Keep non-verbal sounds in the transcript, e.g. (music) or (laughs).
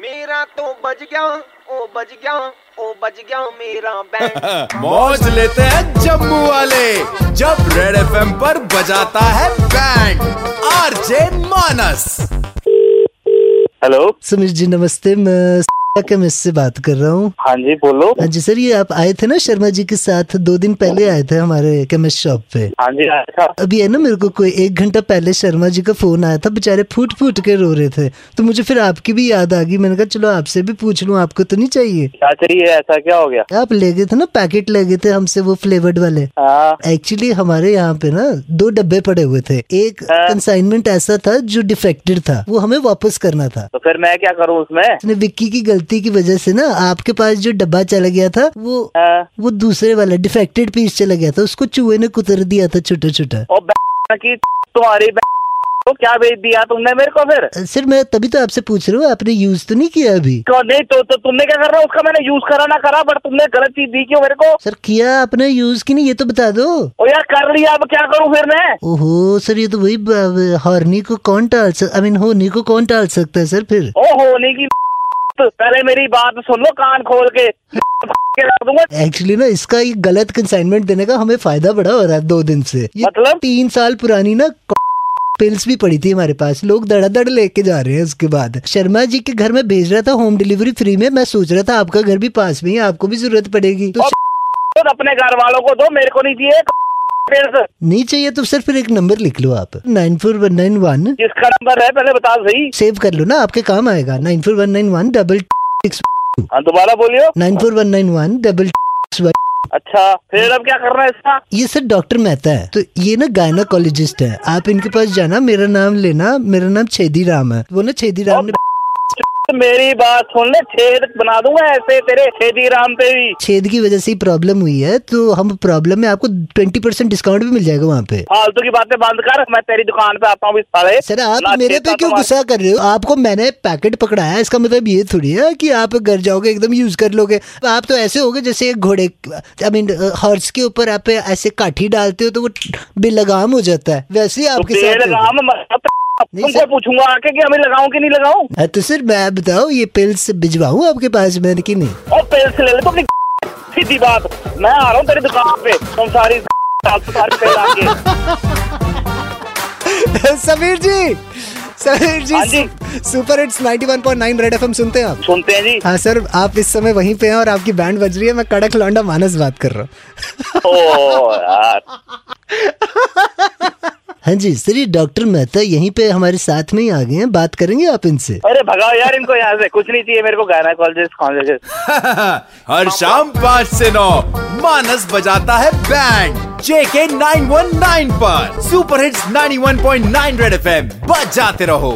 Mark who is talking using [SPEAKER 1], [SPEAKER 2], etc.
[SPEAKER 1] मेरा तो बज गया ओ बज गया ओ बज गया मेरा बैंड
[SPEAKER 2] मौज लेते हैं जम्मू वाले जब रेड एफएम पर बजाता है band RJ Manas
[SPEAKER 3] hello
[SPEAKER 4] Sumit ji नमस्ते मैं स- के मिस से बात कर रहा हूँ
[SPEAKER 3] हाँ जी बोलो
[SPEAKER 4] हाँ जी सर ये आप आए थे ना शर्मा जी के साथ दो दिन पहले आए थे हमारे केमिस्ट शॉप पे
[SPEAKER 3] हाँ जी अच्छा
[SPEAKER 4] अभी है ना मेरे को कोई एक घंटा पहले शर्मा जी का फोन आया था बेचारे फूट फूट के रो रहे थे तो मुझे फिर आपकी भी याद आ गई मैंने कहा चलो आपसे भी पूछ लूँ आपको तो नहीं चाहिए
[SPEAKER 3] क्या चाहिए ऐसा क्या हो गया
[SPEAKER 4] आप ले गए थे ना पैकेट ले गए थे हमसे वो फ्लेवर्ड वाले
[SPEAKER 3] हाँ
[SPEAKER 4] एक्चुअली हमारे यहाँ पे ना दो डब्बे पड़े हुए थे एक कंसाइनमेंट ऐसा था जो डिफेक्टेड था वो हमें वापस करना था
[SPEAKER 3] तो फिर मैं क्या करूँ उसमें
[SPEAKER 4] उसने विक्की की गलती की वजह से ना आपके पास जो डब्बा चला गया था वो
[SPEAKER 3] हाँ।
[SPEAKER 4] वो दूसरे वाला डिफेक्टेड पीस चला गया था उसको चूहे ने कुतर दिया था छोटा छोटा
[SPEAKER 3] और ब- की तुम्हारी ब- को क्या भेज दिया तुमने मेरे को फिर
[SPEAKER 4] अ, सर मैं तभी तो आपसे पूछ रहा हूँ आपने यूज तो नहीं किया अभी
[SPEAKER 3] क्यों नहीं तो, तो तुमने क्या कर रहा उसका मैंने यूज करा ना करा बट तुमने गलत चीज दी क्यों मेरे को
[SPEAKER 4] सर किया आपने यूज की नहीं ये तो बता दो
[SPEAKER 3] ओ यार कर लिया अब क्या करूँ फिर मैं
[SPEAKER 4] ओहो सर ये तो वही ब- ब- हॉर्नी को कौन टाल सक आई मीन होनी को कौन टाल सकता है सर फिर
[SPEAKER 3] ओ होने की ब- पहले मेरी बात सुन लो कान खोल के (laughs) ब- के रख दूंगा
[SPEAKER 4] एक्चुअली ना इसका ये गलत कंसाइनमेंट देने का हमें फायदा बड़ा हो रहा है दो दिन से ये
[SPEAKER 3] मतलब?
[SPEAKER 4] तीन साल पुरानी ना पिल्स भी पड़ी थी हमारे पास लोग धड़ाधड़ लेके जा रहे हैं उसके बाद शर्मा जी के घर में भेज रहा था होम डिलीवरी फ्री में मैं सोच रहा था आपका घर भी पास में ही है, आपको भी जरूरत पड़ेगी तो
[SPEAKER 3] और- खुद अपने घर वालों को दो मेरे को नहीं चाहिए (laughs) ब-
[SPEAKER 4] नहीं चाहिए तो सर फिर एक नंबर लिख लो आप nine four one nine one
[SPEAKER 3] जिसका नंबर है पहले बता दो सही
[SPEAKER 4] सेव कर लो ना आपके काम आएगा nine four one nine one double six
[SPEAKER 3] हाँ दोबारा बोलियो
[SPEAKER 4] nine four one nine one double
[SPEAKER 3] अच्छा फिर अब क्या करना है इसका
[SPEAKER 4] ये सर डॉक्टर मेहता है तो ये ना गायनाकोलॉजिस्ट है आप इनके पास जाना मेरा नाम लेना मेरा नाम छेदी राम है वो ना छेदी राम ने
[SPEAKER 3] मेरी बात सुन ले छेद बना दूंगा ऐसे तेरे छेदी राम पे भी
[SPEAKER 4] छेद की वजह से ही प्रॉब्लम हुई है तो हम प्रॉब्लम में आपको ट्वेंटी परसेंट डिस्काउंट भी मिल जाएगा वहाँ पे
[SPEAKER 3] फालतू की बातें बंद कर मैं तेरी दुकान पे आता हूँ इस साले
[SPEAKER 4] सर आप
[SPEAKER 3] ना
[SPEAKER 4] मेरे
[SPEAKER 3] छेदता
[SPEAKER 4] पे क्यों
[SPEAKER 3] तुम्हारे-
[SPEAKER 4] गुस्सा कर रहे हो आपको मैंने पैकेट पकड़ाया है, इसका मतलब ये थोड़ी है कि आप घर जाओगे एकदम यूज कर लोगे आप तो ऐसे होगे जैसे एक घोड़े आई मीन हॉर्स के ऊपर आप ऐसे काठी डालते हो तो वो बेलगाम हो जाता है वैसे ही
[SPEAKER 3] तो
[SPEAKER 4] आपके साथ
[SPEAKER 3] तेरे
[SPEAKER 4] होगा।
[SPEAKER 3] राम मत- तुमसे
[SPEAKER 4] सर।
[SPEAKER 3] पूछूंगा आके कि हमें लगाऊं कि नहीं लगाऊं
[SPEAKER 4] हाँ, तो सर मैं बताओ ये पिल्स भिजवाऊँ आपके पास मैंने कि नहीं
[SPEAKER 3] और पेल से ले ले तो अपनी सीधी बात मैं आ रहा हूँ तेरी दुकान पे तुम सारी फालतू सारी पेल आके
[SPEAKER 4] (laughs) समीर जी
[SPEAKER 3] हाँ
[SPEAKER 4] समीर जी
[SPEAKER 3] जी।
[SPEAKER 4] सुपर हिट्स 91.9 रेड एफएम सुनते हैं आप
[SPEAKER 3] सुनते हैं
[SPEAKER 4] (laughs)
[SPEAKER 3] जी
[SPEAKER 4] हाँ सर आप इस समय वहीं पे हैं और आपकी बैंड बज रही है मैं कड़क लौंडा मानस बात कर रहा हूँ
[SPEAKER 3] ओ यार
[SPEAKER 4] हाँ जी सर ये डॉक्टर मेहता यहीं पे हमारे साथ में ही आ गए हैं बात करेंगे आप इनसे
[SPEAKER 3] अरे भगाओ यार इनको यहाँ से कुछ नहीं चाहिए मेरे को गाना कॉलेज कॉलेज
[SPEAKER 2] (laughs) हर शाम पाँच से नौ मानस बजाता है बैंड जेके 919 पर सुपर हिट्स 91.9 रेड एफएम बजाते रहो